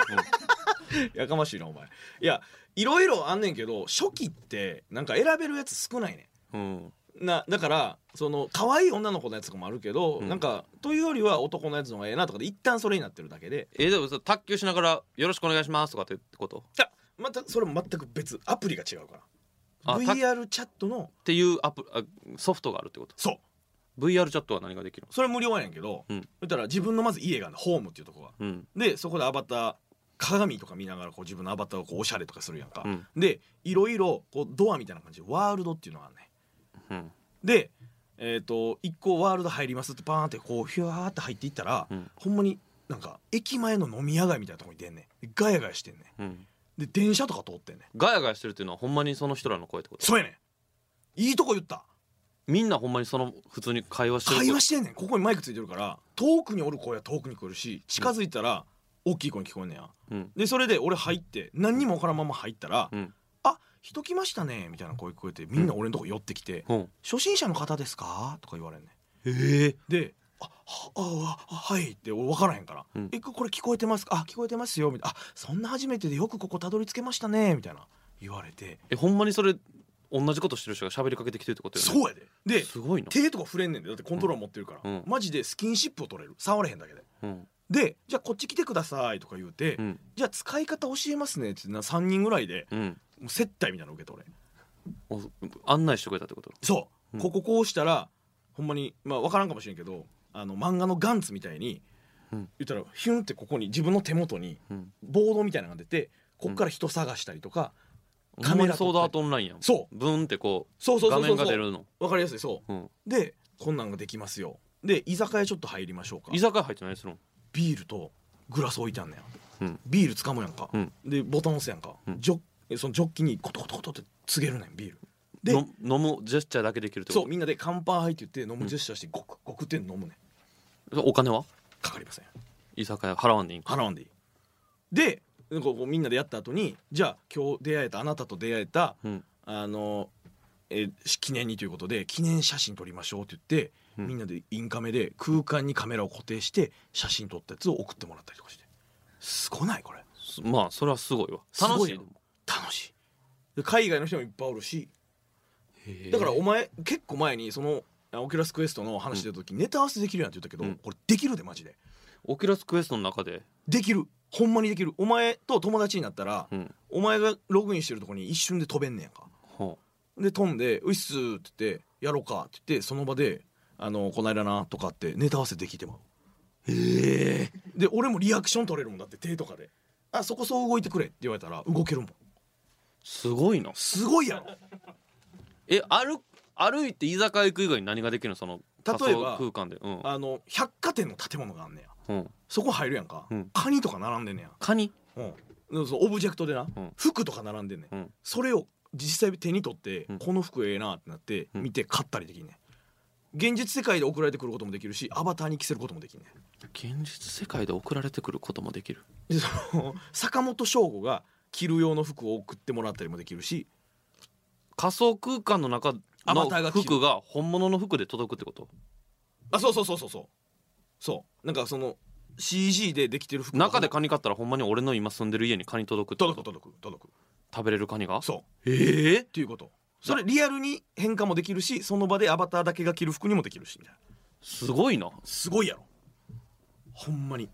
Speaker 5: やかましいなお前いやいろいろあんねんけど初期ってなんか選べるやつ少ないね
Speaker 4: うん
Speaker 5: なだからその可愛い女の子のやつとかもあるけど、
Speaker 4: うん
Speaker 5: なんかというよりは男のやつの方がええなとかで一旦それになってるだけで
Speaker 4: えでもさ卓球しながら「よろしくお願いします」とかってこと
Speaker 5: いやまたそれも全く別アプリが違うから
Speaker 4: あた
Speaker 5: VR チャットの
Speaker 4: っていうアプあソフトがあるってこと
Speaker 5: そう
Speaker 4: VR チャットは何ができる
Speaker 5: それ無料やねんけど、
Speaker 4: うん
Speaker 5: 言ったら自分のまず家があんねんホームっていうとこが
Speaker 4: のうん
Speaker 5: でそこでアバター鏡とか見ながらこう自分のアバターをこうおしゃれとかするやんか、
Speaker 4: うん
Speaker 5: でいろいろこうドアみたいな感じでワールドっていうのがあんねん
Speaker 4: うん
Speaker 5: でえっ、と一個ワールド入りますってバーンってこうヒュワーって入っていったら、
Speaker 4: うん
Speaker 5: ほんまになんか駅前の飲み屋街みたいなとこに出んねんでガヤガヤしてんね
Speaker 4: うん
Speaker 5: んで電車とか通ってんねん
Speaker 4: ガヤガヤしてるっていうのはほんまにその人らの声ってこと
Speaker 5: そうやねんいいとこ言った
Speaker 4: みんなほんまにその普通に会話してる声
Speaker 5: 会話してんねんここにマイクついてるから遠くにおる声は遠くに来るし近づいたら大きい声に聞こえんねや
Speaker 4: うん
Speaker 5: でそれで俺入って何にも分からんまま入ったら「
Speaker 4: うん
Speaker 5: あ人来ましたね」みたいな声聞こえてみんな俺のとこ寄ってきて
Speaker 4: うん
Speaker 5: 「初心者の方ですか?」とか言われんねん
Speaker 4: ええ
Speaker 5: で「あはあはあはい」って俺分からへんから「
Speaker 4: うん
Speaker 5: えこれ聞こえてますかあ聞こえてますよ」みたいな「あそんな初めてでよくここたどり着けましたね」みたいな言われて
Speaker 4: えほんまにそれ同じことしてる人が喋りかけてきてるってことよね
Speaker 5: そうやでです
Speaker 4: ごいな
Speaker 5: 手とか触れんねんでだってコントローラー持ってるから、
Speaker 4: うん
Speaker 5: マジでスキンシップを取れる触れへんだけで
Speaker 4: うん
Speaker 5: でじゃあこっち来てくださいとか言うて、
Speaker 4: うん
Speaker 5: じゃあ使い方教えますねってな3人ぐらいで
Speaker 4: うん
Speaker 5: もう接待みたいなの受け取れ
Speaker 4: お案内してくれたってこと
Speaker 5: そう、
Speaker 4: うん
Speaker 5: こここうしたらほんまにまあ分からんかもしれんけどあの漫画のガンツみたいに、
Speaker 4: うん
Speaker 5: 言ったらヒュンってここに自分の手元に
Speaker 4: うん
Speaker 5: ボードみたいなのが出てこっから人探したりとか、カ
Speaker 4: ほんま
Speaker 5: メラ
Speaker 4: にソードアートオンラインやん
Speaker 5: そう
Speaker 4: ブンってこ
Speaker 5: そう
Speaker 4: う
Speaker 5: そうそ
Speaker 4: 画
Speaker 5: うそ
Speaker 4: 面
Speaker 5: う
Speaker 4: が
Speaker 5: そ
Speaker 4: 出
Speaker 5: う
Speaker 4: るの
Speaker 5: 分かりやすいそう
Speaker 4: うん
Speaker 5: でこんなんができますよで居酒屋ちょっと入りましょうか
Speaker 4: 居酒屋入って何するの
Speaker 5: ビールとグラス置いてあんねん、
Speaker 4: うん
Speaker 5: ビール掴むやんか、
Speaker 4: うん
Speaker 5: でボタン押すやんか、
Speaker 4: うん
Speaker 5: ジョッそのジョッキにコトコトコトって告げるねんビールで
Speaker 4: の飲むジェスチャーだけできるって
Speaker 5: そ
Speaker 4: こ
Speaker 5: うみんなで「乾杯」って言って飲むジェスチャーしてゴクゴクって飲むねん
Speaker 4: とお金は
Speaker 5: かかりません
Speaker 4: 居酒屋払わんでいいんか
Speaker 5: 払わんでいいでなんかこうみんなでやった後にじゃあ今日出会えたあなたと出会えた
Speaker 4: うん
Speaker 5: あのえーし記念にということで記念写真撮りましょうって言って、
Speaker 4: うん
Speaker 5: みんなでインカメで空間にカメラを固定して写真撮ったやつを送ってもらったりとかしてすごないこれ
Speaker 4: すまあそれはすごいわ
Speaker 5: す
Speaker 4: 楽
Speaker 5: ご
Speaker 4: し
Speaker 5: い
Speaker 4: い
Speaker 5: よ楽しいで海外の人もいっぱいおるし
Speaker 4: へえ
Speaker 5: だからお前結構前にそのあオキュラスクエストの話出た時、ネタ合わせできるやんって言ったけど、
Speaker 4: うん
Speaker 5: これできるでマジで
Speaker 4: オキュラスクエストの中で
Speaker 5: できるほんまにできるお前と友達になったら、
Speaker 4: うん
Speaker 5: お前がログインしてるとこに一瞬で飛べんねやんか
Speaker 4: ほ
Speaker 5: で飛んで「ういっす」って言って「やろうか」って言ってその場で「あのこないだな」とかってネタ合わせできてまうええで俺もリアクション取れるもんだって手とかで「あそこそう動いてくれ」って言われたら動けるもん
Speaker 4: うすごいな
Speaker 5: すごいやろ
Speaker 4: え歩歩いて居酒屋行く以外に何ができるのその
Speaker 5: 例えば
Speaker 4: 仮想空間でうん
Speaker 5: あの百貨店の建物があんねや
Speaker 4: うん
Speaker 5: そこ入るやんか、
Speaker 4: うん
Speaker 5: カニとか並んでんねや
Speaker 4: カニ
Speaker 5: うんでそのオブジェクトでな、
Speaker 4: うん
Speaker 5: 服とか並んでんね、
Speaker 4: うんん
Speaker 5: それを実際手に取って、
Speaker 4: うん
Speaker 5: この服ええなってなって
Speaker 4: うん
Speaker 5: 見て買ったりできんねん現実世界で送られてくることもできるしアバターに着せることもできんねん
Speaker 4: 現実世界で送られてくることもできる
Speaker 5: でそ の坂本翔吾が着る用の服を送ってもらったりもできるし
Speaker 4: 仮想空間の中
Speaker 5: アバター
Speaker 4: の
Speaker 5: が着る
Speaker 4: 服が本物の服で届くってこと
Speaker 5: あそうそうそうそうそうそうなんかその CG でできてる服が
Speaker 4: 中でカニ買ったらほんまに俺の今住んでる家にカニ届くってこ
Speaker 5: 届
Speaker 4: と
Speaker 5: く届く届く
Speaker 4: 食べれるカニが
Speaker 5: そう
Speaker 4: ええ
Speaker 5: っていうことそれリアルに変化もできるしその場でアバターだけが着る服にもできるしみたいな
Speaker 4: すごいな
Speaker 5: すごいやろほんまに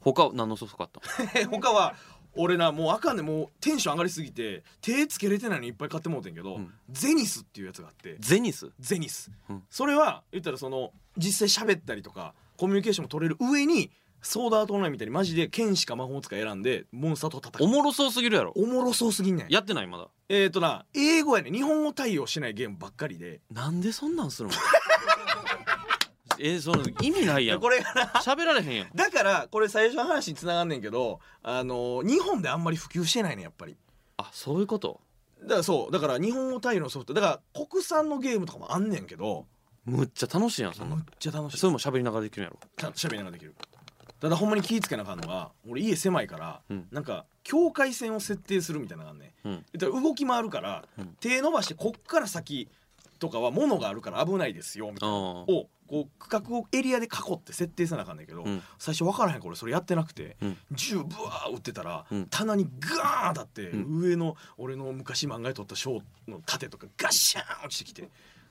Speaker 4: 他何のソフト買ったの
Speaker 5: 他は俺なもうあかんねんもうテンション上がりすぎて手つけれてないのにいっぱい買ってもうてんけど、
Speaker 4: うん
Speaker 5: ゼニスっていうやつがあって
Speaker 4: ゼニ ス
Speaker 5: ゼニス、
Speaker 4: うん
Speaker 5: それは言ったらその実際喋ったりとかコミュニケーションも取れる上にソードアートオンラインみたいにマジで剣士か魔法使い選んでモンスターと戦
Speaker 4: お
Speaker 5: う
Speaker 4: もろそうすぎるやろ
Speaker 5: おもろそうすぎんねん
Speaker 4: やってないまだ
Speaker 5: えっ、とな英語やねん日本語対応しないゲームばっかりで
Speaker 4: なんでそんなんする のえその意味ないやん
Speaker 5: これがな
Speaker 4: 喋られへんやん
Speaker 5: だからこれ最初の話につながんねんけどあの日本であんまり普及してないねんやっぱり
Speaker 4: あそういうこと
Speaker 5: だからそうだから日本語対応のソフトだから国産のゲームとかもあんねんけど
Speaker 4: むっちゃ楽しいやんそんな
Speaker 5: むっちゃ楽しい
Speaker 4: それも喋りながらできるんやろ
Speaker 5: ちゃんと喋りながらできるただほんまに気ぃつけなあかんのが俺家狭いから、
Speaker 4: うん
Speaker 5: なんか境界線を設定するみたいなのがあんねん
Speaker 4: うん
Speaker 5: 言ったら動き回るから、
Speaker 4: うん
Speaker 5: 手伸ばしてこっから先とかは物があるから危ないですよみたいな
Speaker 4: あー
Speaker 5: をこう区画をエリアで囲って設定せなあかんねんけど、
Speaker 4: うん
Speaker 5: 最初分からへんこれそれやってなくて、
Speaker 4: うん
Speaker 5: 銃ブワー撃ってたら、
Speaker 4: うん
Speaker 5: 棚にガーン当たって、
Speaker 4: うん
Speaker 5: 上の俺の昔漫画で撮った章の盾とかガッシャーン落ちてきて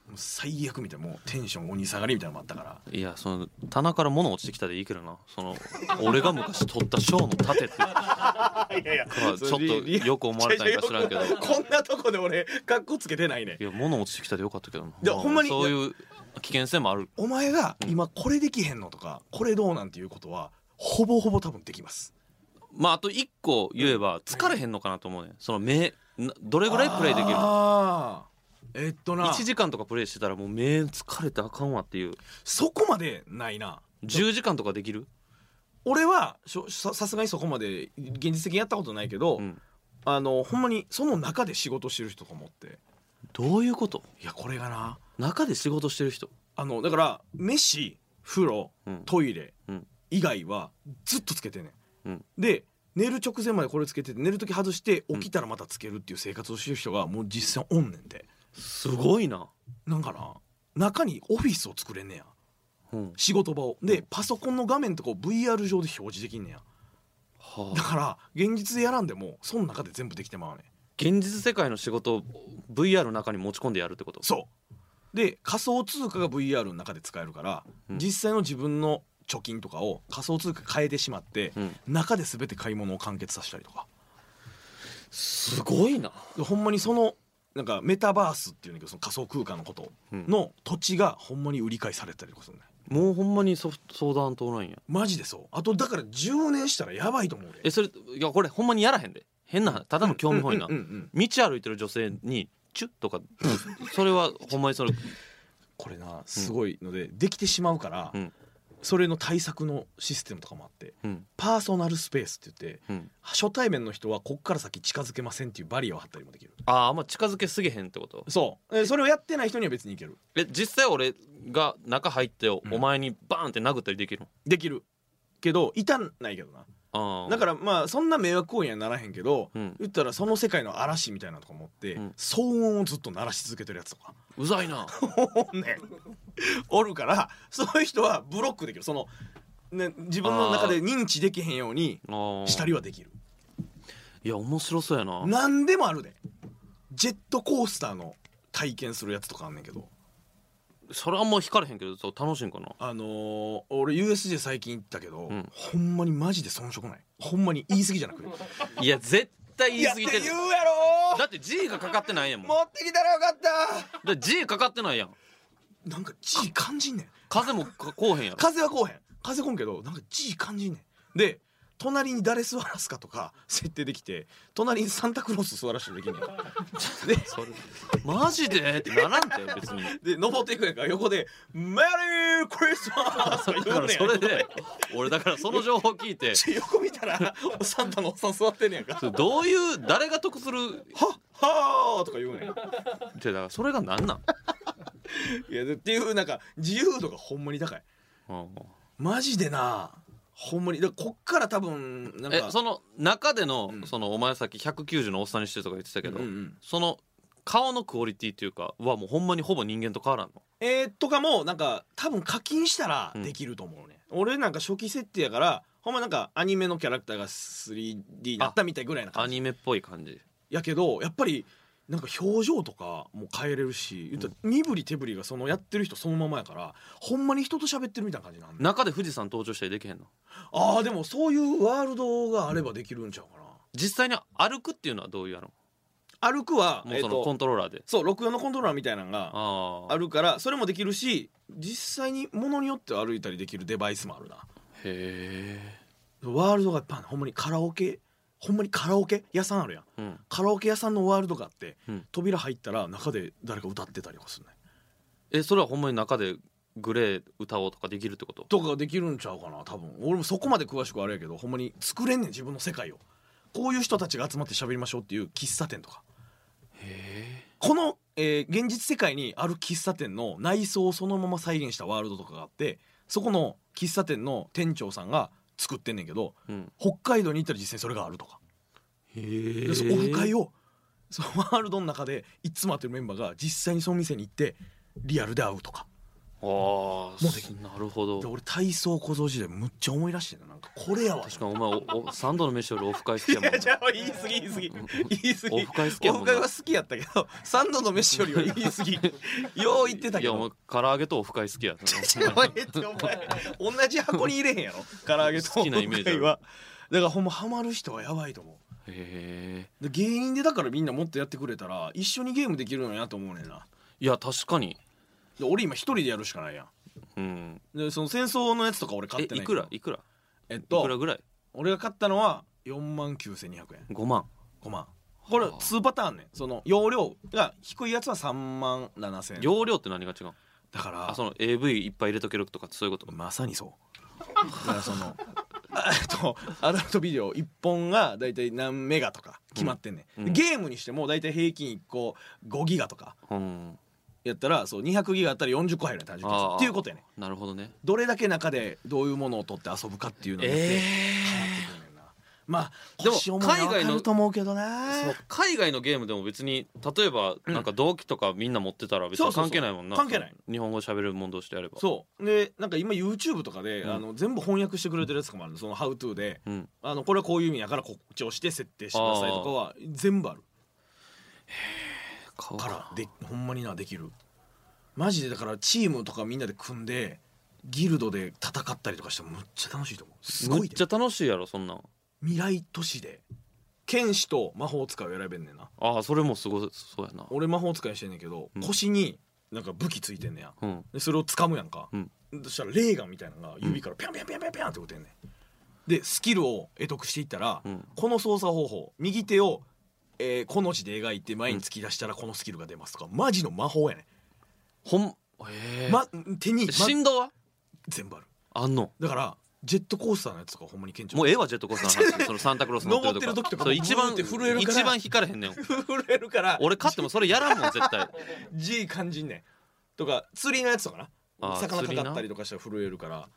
Speaker 5: もう最悪みたいなもうテンション鬼下がりみたいなのもあったから。
Speaker 4: いやその棚から物落ちてきたでいいけどなその俺が昔取ったショーの盾って
Speaker 5: いやいや
Speaker 4: まあちょっとよく思われたんか知らんけど
Speaker 5: こんなとこで俺カッコつけてないね
Speaker 4: いや物落ちてきたでよかったけどない
Speaker 5: やほんまに
Speaker 4: そういう危険性もある
Speaker 5: お前が今これできへんのとかこれどうなんていうことはほぼほぼ多分できます
Speaker 4: まああと一個言えば疲れへんのかなと思うねその目などれぐらいプレイできる
Speaker 5: あーえっとな
Speaker 4: 1時間とかプレイしてたらもう目疲れてあかんわっていう
Speaker 5: そこまでないな
Speaker 4: 10時間とかできる
Speaker 5: 俺はしょささすがにそこまで現実的にやったことないけど、
Speaker 4: うん
Speaker 5: あのほんまにその中で仕事してる人とかもおって
Speaker 4: どういうこと
Speaker 5: いやこれがな
Speaker 4: 中で仕事してる人
Speaker 5: あのだから飯風呂
Speaker 4: うん
Speaker 5: トイレ
Speaker 4: うん
Speaker 5: 以外はずっとつけてんねん、
Speaker 4: うん
Speaker 5: で寝る直前までこれつけてて寝る時外して起きたらまたつけるっていう生活をしてる人がもう実際おんねんです
Speaker 4: ごいな、
Speaker 5: なんかな中にオフィスを作れんねや
Speaker 4: うん
Speaker 5: 仕事場をでパソコンの画面とかを VR 上で表示できんねや
Speaker 4: は
Speaker 5: だ
Speaker 4: あ、
Speaker 5: から現実でやらんでもその中で全部できてまうねん
Speaker 4: 現実世界の仕事を VR の中に持ち込んでやるってこと
Speaker 5: そうで仮想通貨が VR の中で使えるから、
Speaker 4: うん
Speaker 5: 実際の自分の貯金とかを仮想通貨変えてしまって、
Speaker 4: うん
Speaker 5: 中で全て買い物を完結させたりとか
Speaker 4: すごいな
Speaker 5: でほんまにそのなんかメタバースっていうんだけどその仮想空間のこと
Speaker 4: うん
Speaker 5: の土地がほんまに売り買いされたりとかするね
Speaker 4: もうほんまにソフト相談通らんや
Speaker 5: マジでそうあとだから10年したらやばいと思う俺
Speaker 4: えそれいやこれほんまにやらへんで変なただの興味本位な、
Speaker 5: うんうんうん
Speaker 4: 道歩いてる女性にチュッとかそれはほんまにそれ
Speaker 5: これなすごいので、できてしまうから、
Speaker 4: うん
Speaker 5: それの対策のシステムとかもあって
Speaker 4: うん
Speaker 5: パーソナルスペースって言って
Speaker 4: うん
Speaker 5: 初対面の人はこっから先近づけませんっていうバリアを張ったりもできる
Speaker 4: あーあんま近づけすぎへんってこと
Speaker 5: そうえそれをやってない人には別にいける
Speaker 4: え実際俺が中入ってお
Speaker 5: うん
Speaker 4: お前にバーンって殴ったりできる
Speaker 5: できるけどいたんないけどな
Speaker 4: のああ
Speaker 5: だからまあそんな迷惑行為にはならへんけど、
Speaker 4: うん
Speaker 5: 言ったらその世界の嵐みたいなのとか持って、
Speaker 4: うん
Speaker 5: 騒音をずっと鳴らし続けてるやつとか
Speaker 4: うざい な
Speaker 5: おんねん おるからそういう人はブロックできるその、ね、自分の中で認知できへんように
Speaker 4: あー
Speaker 5: したりはできる
Speaker 4: いや面白そうやな
Speaker 5: 何でもあるでジェットコースターの体験するやつとかあんねんけど
Speaker 4: それはあんま引かれへんけどそう楽しいんかな
Speaker 5: あのー俺 USJ 最近行ったけど、
Speaker 4: うん
Speaker 5: ほんまにマジで遜色ないほんまに言い過ぎじゃなくて
Speaker 4: いや絶対言い過ぎて
Speaker 5: い
Speaker 4: る
Speaker 5: やうやろ
Speaker 4: だって G がかかってないやんもん
Speaker 5: 持ってきたらよかっ
Speaker 4: だって G かかってないやん
Speaker 5: たなんか G 感じんねん
Speaker 4: 風もかこうへんやろ
Speaker 5: 風はこうへん風こんけどなんか G 感じんねんで隣に誰座らすかとか設定できて隣にサンタクロース座らしてるできんねんで
Speaker 4: それマジでってならんて別に
Speaker 5: で登っていくやんか横で「メリークリスマス!」
Speaker 4: だ
Speaker 5: とか言
Speaker 4: か
Speaker 5: う
Speaker 4: ら
Speaker 5: ねん
Speaker 4: それで俺だからその情報聞いて
Speaker 5: ち横見たらサンタのおっさん座ってんねやんか
Speaker 4: それどういう誰が得するっ
Speaker 5: はっはーとか言うねん
Speaker 4: てだからそれがなんなん、
Speaker 5: いやでっていうなんか自由度がほんまに高い
Speaker 4: うん
Speaker 5: マジでなほんまにだからこっから多分なんか
Speaker 4: えその中での、
Speaker 5: うん
Speaker 4: そのお前さっき190のおっさんにしてとか言ってたけど、
Speaker 5: うんうん
Speaker 4: その顔のクオリティというかはもうほんまにほぼ人間と変わらんの
Speaker 5: えー、とかもなんか多分課金したらできると思うね、俺なんか初期設定やからほんまなんかアニメのキャラクターが 3D になったみたいぐらいな
Speaker 4: ア
Speaker 5: 感じ
Speaker 4: ニメっぽい感じ
Speaker 5: やけどやっぱりなんか表情とかも変えれるし言ったら身振り手振りがそのやってる人そのままやからほんまに人と喋ってるみたいな感じなんねん
Speaker 4: 中で富士山登場したりできへんの
Speaker 5: あーでもそういうワールドがあればできるんちゃうか
Speaker 4: 実際に歩くっていうのはどういうやろ
Speaker 5: な歩くは
Speaker 4: もう
Speaker 5: え
Speaker 4: そ
Speaker 5: ー
Speaker 4: の
Speaker 5: と
Speaker 4: コントローラーで、
Speaker 5: そう64のコントローラーみたいなのが
Speaker 4: ああ
Speaker 5: あるからそれもできるし実際にものによっては歩いたりできるデバイスもあるな
Speaker 4: へ
Speaker 5: ワールドがいっぱいあるほんまにカラオケほんまにカラオケ屋さんあるやん
Speaker 4: え、うん、
Speaker 5: カラオケ屋さんのワールドがあって、
Speaker 4: うん
Speaker 5: 扉入ったら中で誰か歌ってたりとかするね
Speaker 4: えそれはほんまに中でグレー歌おうとかできるってこと
Speaker 5: とかできるんちゃうかな多分俺もそこまで詳しくはあれやけどほんまに作れんねん自分の世界をこういう人たちが集まって喋りましょうっていう喫茶店とか
Speaker 4: へ
Speaker 5: この、えー現実世界にある喫茶店の内装をそのまま再現したワールドとかがあってそこの喫茶店の店長さんが作ってんねんけど
Speaker 4: え、うん、
Speaker 5: 北海道に行ったら実際にそれがあるとか
Speaker 4: へえ
Speaker 5: でそのオフ会をそのワールドの中でいつも会ってるメンバーが実際にその店に行ってリアルで会うとか
Speaker 4: あ
Speaker 5: もうでき
Speaker 4: あなるほど
Speaker 5: で俺体操小僧時代むっちゃ思い出してるななんかこれやわ
Speaker 4: 確かにお前おお三度の飯よりオフ会好きやもんな
Speaker 5: ゃあ言い過ぎ言い過ぎ言い過
Speaker 4: オフ会好きやもんな
Speaker 5: は好きやったけど三度の飯よりは言い 過ぎよう言ってた
Speaker 4: い
Speaker 5: け
Speaker 4: やお
Speaker 5: ど
Speaker 4: 前唐揚げとオフ会好き やな
Speaker 5: お前ええってお前同じ箱に入れへんやろ唐揚げと
Speaker 4: 好きなイメージある
Speaker 5: 今回はだからほんまハマる人はやばいと思
Speaker 4: へえ
Speaker 5: うで芸人でだからみんなもっとやってくれたら一緒にゲームできるのになと思うねんない
Speaker 4: や確かに
Speaker 5: で俺今一人でやるしかないや
Speaker 4: うん
Speaker 5: んでその戦争のやつとか俺買
Speaker 4: え
Speaker 5: って
Speaker 4: い
Speaker 5: ないけ
Speaker 4: く
Speaker 5: ど
Speaker 4: らいくら
Speaker 5: えっ
Speaker 4: いくら
Speaker 5: と
Speaker 4: ぐらい
Speaker 5: 俺が買ったのは4万9200円
Speaker 4: 5万
Speaker 5: 5万これ2パターンねその容量が低いやつは3万7000円
Speaker 4: 容量って何が違う
Speaker 5: だか
Speaker 4: あ
Speaker 5: ら
Speaker 4: その AV いっぱい入れとけるとかそういうこと
Speaker 5: まさにそうだからその あえっとアダルトビデオ1本が大体何メガとか決まってんね、
Speaker 4: うん
Speaker 5: ん
Speaker 4: うん
Speaker 5: ゲームにしても大体平均1個5ギガとか
Speaker 4: うん
Speaker 5: やったらそう200ギガあったら40個入るね単純計
Speaker 4: あ
Speaker 5: 算
Speaker 4: ー
Speaker 5: っていうことやね
Speaker 4: なるほどね
Speaker 5: どれだけ中でどういうものを取って遊ぶかっていうのによって流行ってくるねんな、まあ
Speaker 4: でも
Speaker 5: 腰重いのは
Speaker 4: 海外の
Speaker 5: わかると思うけどな
Speaker 4: そう海外のゲームでも別に例えばなんか同期とかみんな持ってたら別
Speaker 5: そ
Speaker 4: に
Speaker 5: うそうそう
Speaker 4: 関係ないもんな
Speaker 5: 関係ない
Speaker 4: 日本語喋るもん同士でやれば
Speaker 5: そうでなんか今 YouTube とかで、
Speaker 4: うん
Speaker 5: あの全部翻訳してくれてるやつとかもあるのその「HowTo」で
Speaker 4: う、ん、
Speaker 5: あのこれはこういう意味やからこっちを押して設定してくださいとかは全部ある
Speaker 4: 買おうか
Speaker 5: から
Speaker 4: な
Speaker 5: でほんまになできるマジでだからチームとかみんなで組んでギルドで戦ったりとかしてもむっちゃ楽しいと思うすご
Speaker 4: め
Speaker 5: い
Speaker 4: っ
Speaker 5: で
Speaker 4: ちゃ楽しいやろそんなん
Speaker 5: 未来都市で剣士と魔法使いを選べんねんな
Speaker 4: ああそれもすごいそうやな
Speaker 5: 俺魔法使いしてんねんけど、
Speaker 4: うん
Speaker 5: 腰になんか武器ついてんねや
Speaker 4: うん
Speaker 5: でそれを掴むやんか、
Speaker 4: うん
Speaker 5: そしたらレーガンみたいなのが指からピャンピャンピャンピャンピャンって打てんねんでスキルを得得していったら、
Speaker 4: うん
Speaker 5: この操作方法右手を、えーこの字で描いて前に突き出したらこのスキルが出ますとかマジの魔法やね
Speaker 4: ほんえ
Speaker 5: ん、
Speaker 4: え
Speaker 5: ま、手に、ま、
Speaker 4: 振動は
Speaker 5: 全部ある
Speaker 4: あんの
Speaker 5: だからジェットコースターのやつとかほんまに顕著
Speaker 4: もうええわジェットコースターの 話そのサンタクロース乗ってるとか
Speaker 5: 登ってる時とか
Speaker 4: そう一番
Speaker 5: ブーって震えるから
Speaker 4: 一番引かれへんねん
Speaker 5: 震えるから
Speaker 4: 俺勝ってもそれやらんもん絶対
Speaker 5: G 感じんねんとか釣りのやつとか
Speaker 4: あ
Speaker 5: な
Speaker 4: ー
Speaker 5: 魚かかったりとかしたら震えるから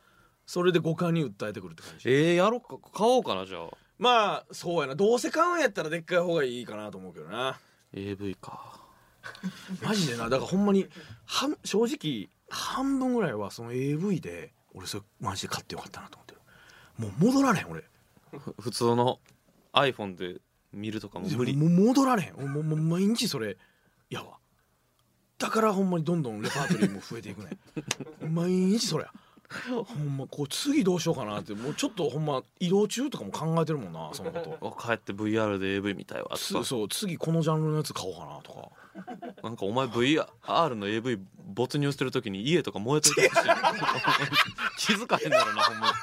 Speaker 5: それで五感に訴えてくるって感じ
Speaker 4: ええやろっか買おうかなじゃあ
Speaker 5: まあそうやなどうせ買うんやったらでっかい方がいいかなと思うけどな
Speaker 4: AV か
Speaker 5: マジでなだからほんまにはん正直半分ぐらいはその AV で俺それマジで買ってよかったなと思ってるもう戻られへん俺
Speaker 4: ふ普通の iPhone で見るとかも無理
Speaker 5: もう戻られへん俺もうもう毎日それやわだからほんまにどんどんレパートリーも増えていくね毎日それほんまこう次どうしようかなってもうちょっとほんま移動中とかも考えてるもんなそのこと
Speaker 4: あ帰って VR で AV 見たいわと
Speaker 5: つ
Speaker 4: か
Speaker 5: そう次このジャンルのやつ買おうかなとか
Speaker 4: なんかお前 VR の AV 没入してる時に家とか燃えといてほしい 気づかへんだろうなほんまに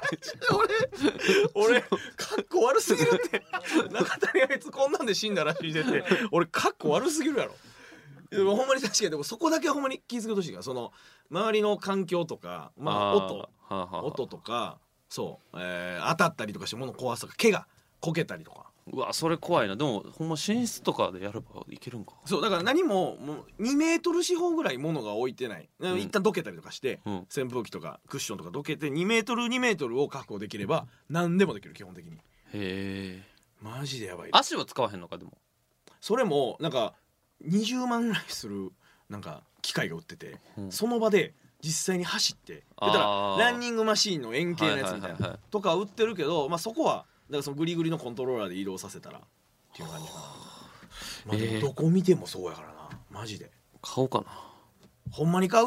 Speaker 5: 俺俺かっこ悪すぎるって 中谷あいつこんなんで死んだらしいでって俺かっこ悪すぎる やろいやでもほんまに確かにでもそこだけはほんまに気づけてほしいからその周りの環境とかまあ
Speaker 4: ー
Speaker 5: 音
Speaker 4: はあはあはあ
Speaker 5: 音とかそう、えー当たったりとかして物壊すとか毛がこけたりとか
Speaker 4: うわそれ怖いなでもほんま寝室とかでやればいけるんか
Speaker 5: そうだから何ももう2メートル四方ぐらい物が置いてない、
Speaker 4: ん
Speaker 5: 一旦どけたりとかして、
Speaker 4: うん
Speaker 5: 扇風機とかクッションとかどけて2メートル2メートルを確保できれば何でもできる基本的に
Speaker 4: へえ
Speaker 5: マジでやばい
Speaker 4: 足は使わへんのかでも
Speaker 5: それもなんか20万ぐらいするなんか機械が売ってて、
Speaker 4: うん
Speaker 5: その場で実際に走ってだか
Speaker 4: あー
Speaker 5: らランニングマシーンの円形のやつみた
Speaker 4: は
Speaker 5: い
Speaker 4: いはいはいは
Speaker 5: ないとか売ってるけど、まあ、そこはだからそのグリグリのコントローラーで移動させたらっていう感じかな、まあ、で
Speaker 4: え
Speaker 5: も
Speaker 4: ー
Speaker 5: どこ見てもそうやからなマジで
Speaker 4: 買おうかな
Speaker 5: ほんまに買う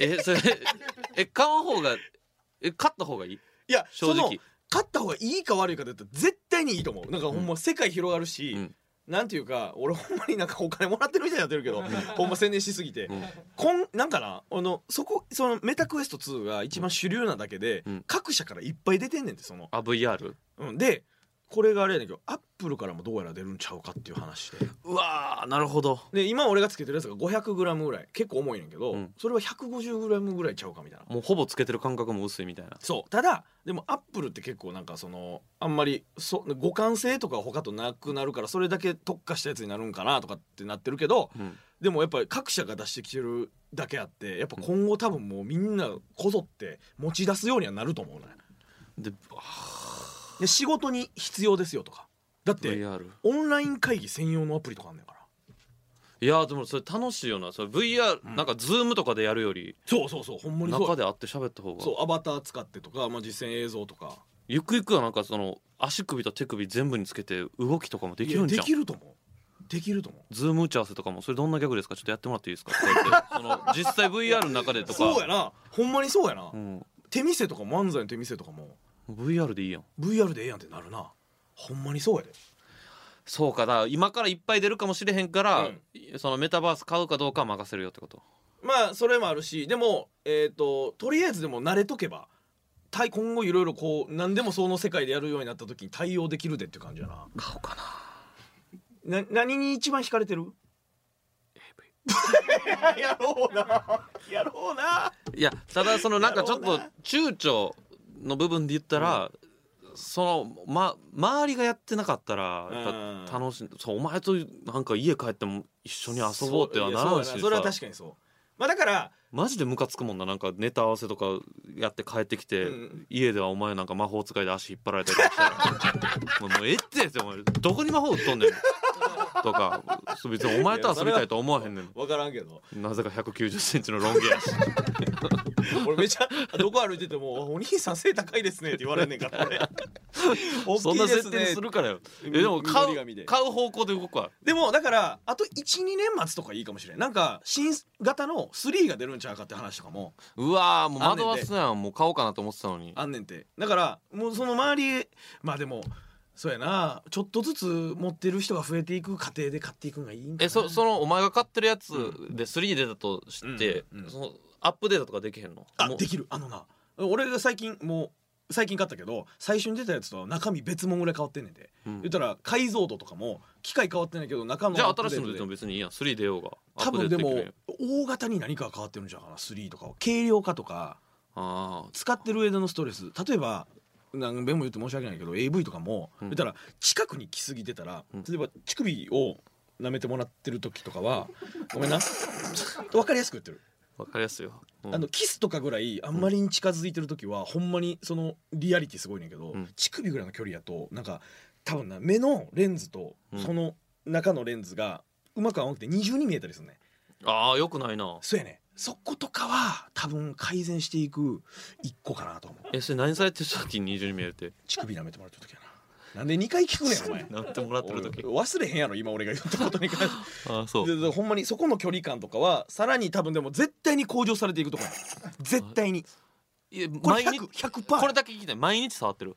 Speaker 4: えそれえ買わん方がえ買った方がいい
Speaker 5: いや
Speaker 4: 正
Speaker 5: その
Speaker 4: 直
Speaker 5: 買った方がいいか悪いかで言ったら絶対にいいと思うなんかほんま世界広がるし、
Speaker 4: うん
Speaker 5: なんていうか俺ほんまになんかお金もらってるみたいになってるけど、 ほんま宣伝しすぎて、
Speaker 4: うん
Speaker 5: こんなんかなあのそこそのメタクエスト2が一番主流なだけで、
Speaker 4: うん
Speaker 5: 各社からいっぱい出てんねんってその、
Speaker 4: あ VR
Speaker 5: うん、でこれがあれやねんけどアップルからもどうやら出るんちゃうかっていう話で
Speaker 4: うわーなるほど
Speaker 5: で今俺がつけてるやつが 500g ぐらい結構重いねんけど、
Speaker 4: うん
Speaker 5: それは 150g ぐらいちゃうかみたいな
Speaker 4: もうほぼつけてる感覚も薄いみたいな
Speaker 5: そうただでもアップルって結構なんかそのあんまりそ互換性とか他となくなるからそれだけ特化したやつになるんかなとかってなってるけど
Speaker 4: うん
Speaker 5: でもやっぱり各社が出してきてるだけあってやっぱ今後多分もうみんなこぞって持ち出すようにはなると思うね
Speaker 4: で
Speaker 5: で仕事に必要ですよとかだって、
Speaker 4: VR
Speaker 5: オンライン会議専用のアプリとかあんねんから。
Speaker 4: いやでもそれ楽しいよなそれ VR、
Speaker 5: うん
Speaker 4: なんかズームとかでやるより
Speaker 5: そうそうそう、ほんまにそう
Speaker 4: 中で会って喋った方
Speaker 5: そ
Speaker 4: が
Speaker 5: う、アバター使ってとか、まあ、実践映像とか。
Speaker 4: ゆくゆくはなんかその足首と手首全部につけて動きとかもできるん
Speaker 5: い
Speaker 4: じ
Speaker 5: や
Speaker 4: ゃ
Speaker 5: で
Speaker 4: ん
Speaker 5: きると思う。できると思う。
Speaker 4: ズーム打ち合わせとかもそれどんなギャグですかちょっとやってもらって いいですかとか言ってその実際 VR の中でとか
Speaker 5: そうやな、ほんまにそうやな。
Speaker 4: うん、
Speaker 5: 手見せとかも漫才の手見せとかも
Speaker 4: VR でいいやん
Speaker 5: VR でええやんってなるな。ほんまにそうやで。
Speaker 4: そうかだから今からいっぱい出るかもしれへんから、そのメタバース買うかどうかは任せるよってこと
Speaker 5: まあそれもあるしでもえっ、ととりあえずでも慣れとけば対今後いろいろこう何でもその世界でやるようになった時に対応できるでっていう感じやな
Speaker 4: 買おうかな
Speaker 5: な何に一番惹かれてる AV やろうなやろうない
Speaker 4: やただそのなんかちょっ
Speaker 5: やろう
Speaker 4: と躊躇の部分で言ったら、そのま周りがやってなかったらやっぱ
Speaker 5: うん
Speaker 4: 楽しい、そうお前となんか家帰っても一緒に遊ぼうってはならんし
Speaker 5: そう
Speaker 4: さ
Speaker 5: やそれは確かにそうまあだから
Speaker 4: マジでムカつくもんななんかネタ合わせとかやって帰ってきて、
Speaker 5: うん
Speaker 4: 家ではお前なんか魔法使いで足引っ張られたりとかしたら もうもうええってってお前どこに魔法打っとんねんとかそう別にお前と遊びたいとは思わへんねん
Speaker 5: 分からんけど
Speaker 4: なぜか1 9 0センチのロン毛やし
Speaker 5: 俺めちゃどこ歩いてても「お兄さん背高いですね」って言われんねんか ら俺大
Speaker 4: そん
Speaker 5: き
Speaker 4: な
Speaker 5: な
Speaker 4: 設定にするからよ。えでも買
Speaker 5: 緑紙
Speaker 4: う
Speaker 5: で
Speaker 4: 買う方向で動くわ。
Speaker 5: でもだからあと12年末とかいいかもしれんなんか新型の3が出るんちゃうかって話とかも
Speaker 4: うわーもう
Speaker 5: あんねん
Speaker 4: 惑
Speaker 5: て
Speaker 4: わすやんもう買おうかなと思ってたのに。
Speaker 5: あんねんてだからもうその周りまあでもそうやなちょっとずつ持ってる人が増えていく過程で買っていくんがいいんかな
Speaker 4: えそそのお前が買ってるやつで3出たとして、
Speaker 5: うんうん
Speaker 4: そのアップデートとかできへんの？
Speaker 5: あ
Speaker 4: もう
Speaker 5: できるあのな俺が最近もう最近買ったけど最初に出たやつとは中身別物ぐらい変わってんねんで、
Speaker 4: うん
Speaker 5: 言ったら解像度とかも機械変わってないけど中の
Speaker 4: じゃ
Speaker 5: ア
Speaker 4: あ
Speaker 5: ッ
Speaker 4: 新
Speaker 5: プデ
Speaker 4: し
Speaker 5: ー
Speaker 4: い
Speaker 5: ト
Speaker 4: の
Speaker 5: で
Speaker 4: 出ても別にいいやん3出ようが。
Speaker 5: 多分で
Speaker 4: アップ
Speaker 5: も
Speaker 4: デートきるやん
Speaker 5: 大型に何かが変わってるんじゃないかな3とかは軽量化とか
Speaker 4: あ
Speaker 5: 使ってる上でのストレス例えば何べんも言って申し訳ないけど AV とかも、
Speaker 4: うん
Speaker 5: 言ったら近くに来すぎてたら、
Speaker 4: うん
Speaker 5: 例えば乳首を舐めてもらってる時とかは ごめんなわかりやすく言ってる、
Speaker 4: あわかりやすいよ。うん
Speaker 5: あのキスとかぐらいあんまりに近づいてる時は、ほんまにそのリアリティすごいねんけど、
Speaker 4: うん
Speaker 5: 乳首ぐらいの距離やとなんか多分な目のレンズと
Speaker 4: うん
Speaker 5: その中のレンズがうまく合わなくて二重に見えたりするねん
Speaker 4: あーよくないな。
Speaker 5: そうやねそことかは多分改善していく一個かなと思う
Speaker 4: えそれ何されてる時に20に見えるって
Speaker 5: 乳首舐めてもらった時や ななんで2回聞くねんお
Speaker 4: な
Speaker 5: 前
Speaker 4: ってもらってる時。
Speaker 5: おい忘れへんやろ今俺が言ったことに関して
Speaker 4: あー そう。
Speaker 5: ででほんまにそこの距離感とかはさらに多分でも絶対に向上されていくとこや絶対に
Speaker 4: いや
Speaker 5: これ
Speaker 4: 毎日
Speaker 5: 100%, 100%
Speaker 4: これだけ聞きたい毎日触ってる。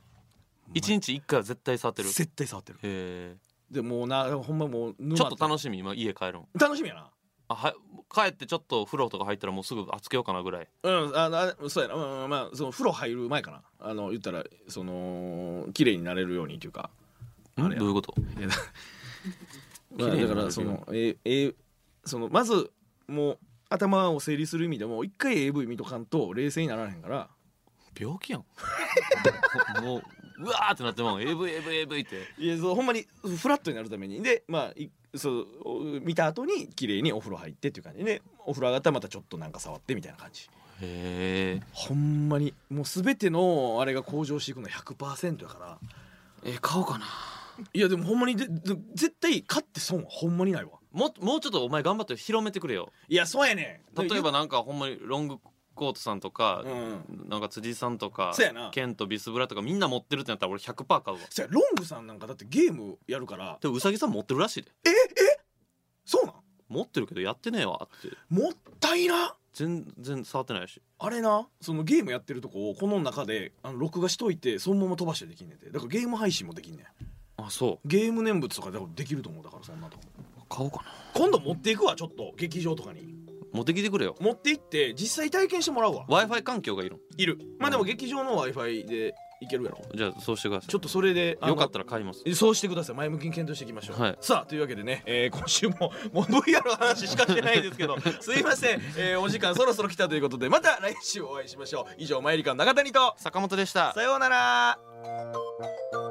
Speaker 4: 一日一回は絶対触ってる。
Speaker 5: 絶対触ってる
Speaker 4: へ
Speaker 5: でもうなほんまもう
Speaker 4: え。
Speaker 5: 沼
Speaker 4: ちょっと
Speaker 5: 楽
Speaker 4: 楽しみ今家帰るん。
Speaker 5: 楽しみやな
Speaker 4: あは帰ってちょっと風呂とか入ったらもうすぐあつけようかなぐらい
Speaker 5: うんあのあそうやな、うんうん、まあその風呂入る前かなあの言ったらその綺麗になれるようにというかあ
Speaker 4: どう
Speaker 5: れや
Speaker 4: いうこと
Speaker 5: まあ、
Speaker 4: 綺麗
Speaker 5: だ
Speaker 4: に
Speaker 5: か
Speaker 4: なる
Speaker 5: らその,、ええそのまずもう頭を整理する意味でも一回 AV 見とかんと冷静にならへんから
Speaker 4: 病 気やんもううわーってなってもう AVAVAV って
Speaker 5: いやそうほんまにフラットになるためにでまあいそうお見た後に綺麗にお風呂入ってっていう感じでお風呂上がったらまたちょっとなんか触ってみたいな感じ
Speaker 4: へー
Speaker 5: ほんまにもう全てのあれが向上していくのは100%やから
Speaker 4: え買おうかない
Speaker 5: やでもほんまにでで絶対勝って損はほんまにないわ
Speaker 4: ももうちょっとお前頑張って広めてくれよ
Speaker 5: いやそうやねん
Speaker 4: 例えば、なんかほんまにロングコートさんとか
Speaker 5: う、ん、
Speaker 4: なんか辻さんとか
Speaker 5: そうやな
Speaker 4: ケンとビスブラとかみんな持ってるってなったら俺100%買うわ
Speaker 5: そやロングさんなんかだってゲームやるから
Speaker 4: でもうさぎさん持ってるらしいで
Speaker 5: そうなん
Speaker 4: 持ってるけどやってねえわって
Speaker 5: もったいな
Speaker 4: 全然触ってないし
Speaker 5: あれなそのゲームやってるとこをこの中であの録画しといてそのまま飛ばしてできんねんてだからゲーム配信もできんねん
Speaker 4: あそ
Speaker 5: ゲーム念仏とかでもできると思うだからそんなとこ
Speaker 4: う買おうかな
Speaker 5: 今度持っていくわちょっと劇場とかに
Speaker 4: 持ってきてくれよ
Speaker 5: 持って行って実際体験してもらうわ
Speaker 4: w i f i 環境がいるん
Speaker 5: いるまあでも劇場の w i f i でいけるやろ
Speaker 4: じゃあそうしてください
Speaker 5: ちょっとそれであの
Speaker 4: よかったら買います
Speaker 5: そうしてください前向きに検討していきましょう、
Speaker 4: はい
Speaker 5: さあというわけでね、えー今週も もう VR の話しかしてないですけど すいません、えーお時間そろそろ来たということでまた来週お会いしましょう以上マイリカの中谷と
Speaker 4: 坂本でした
Speaker 5: さようなら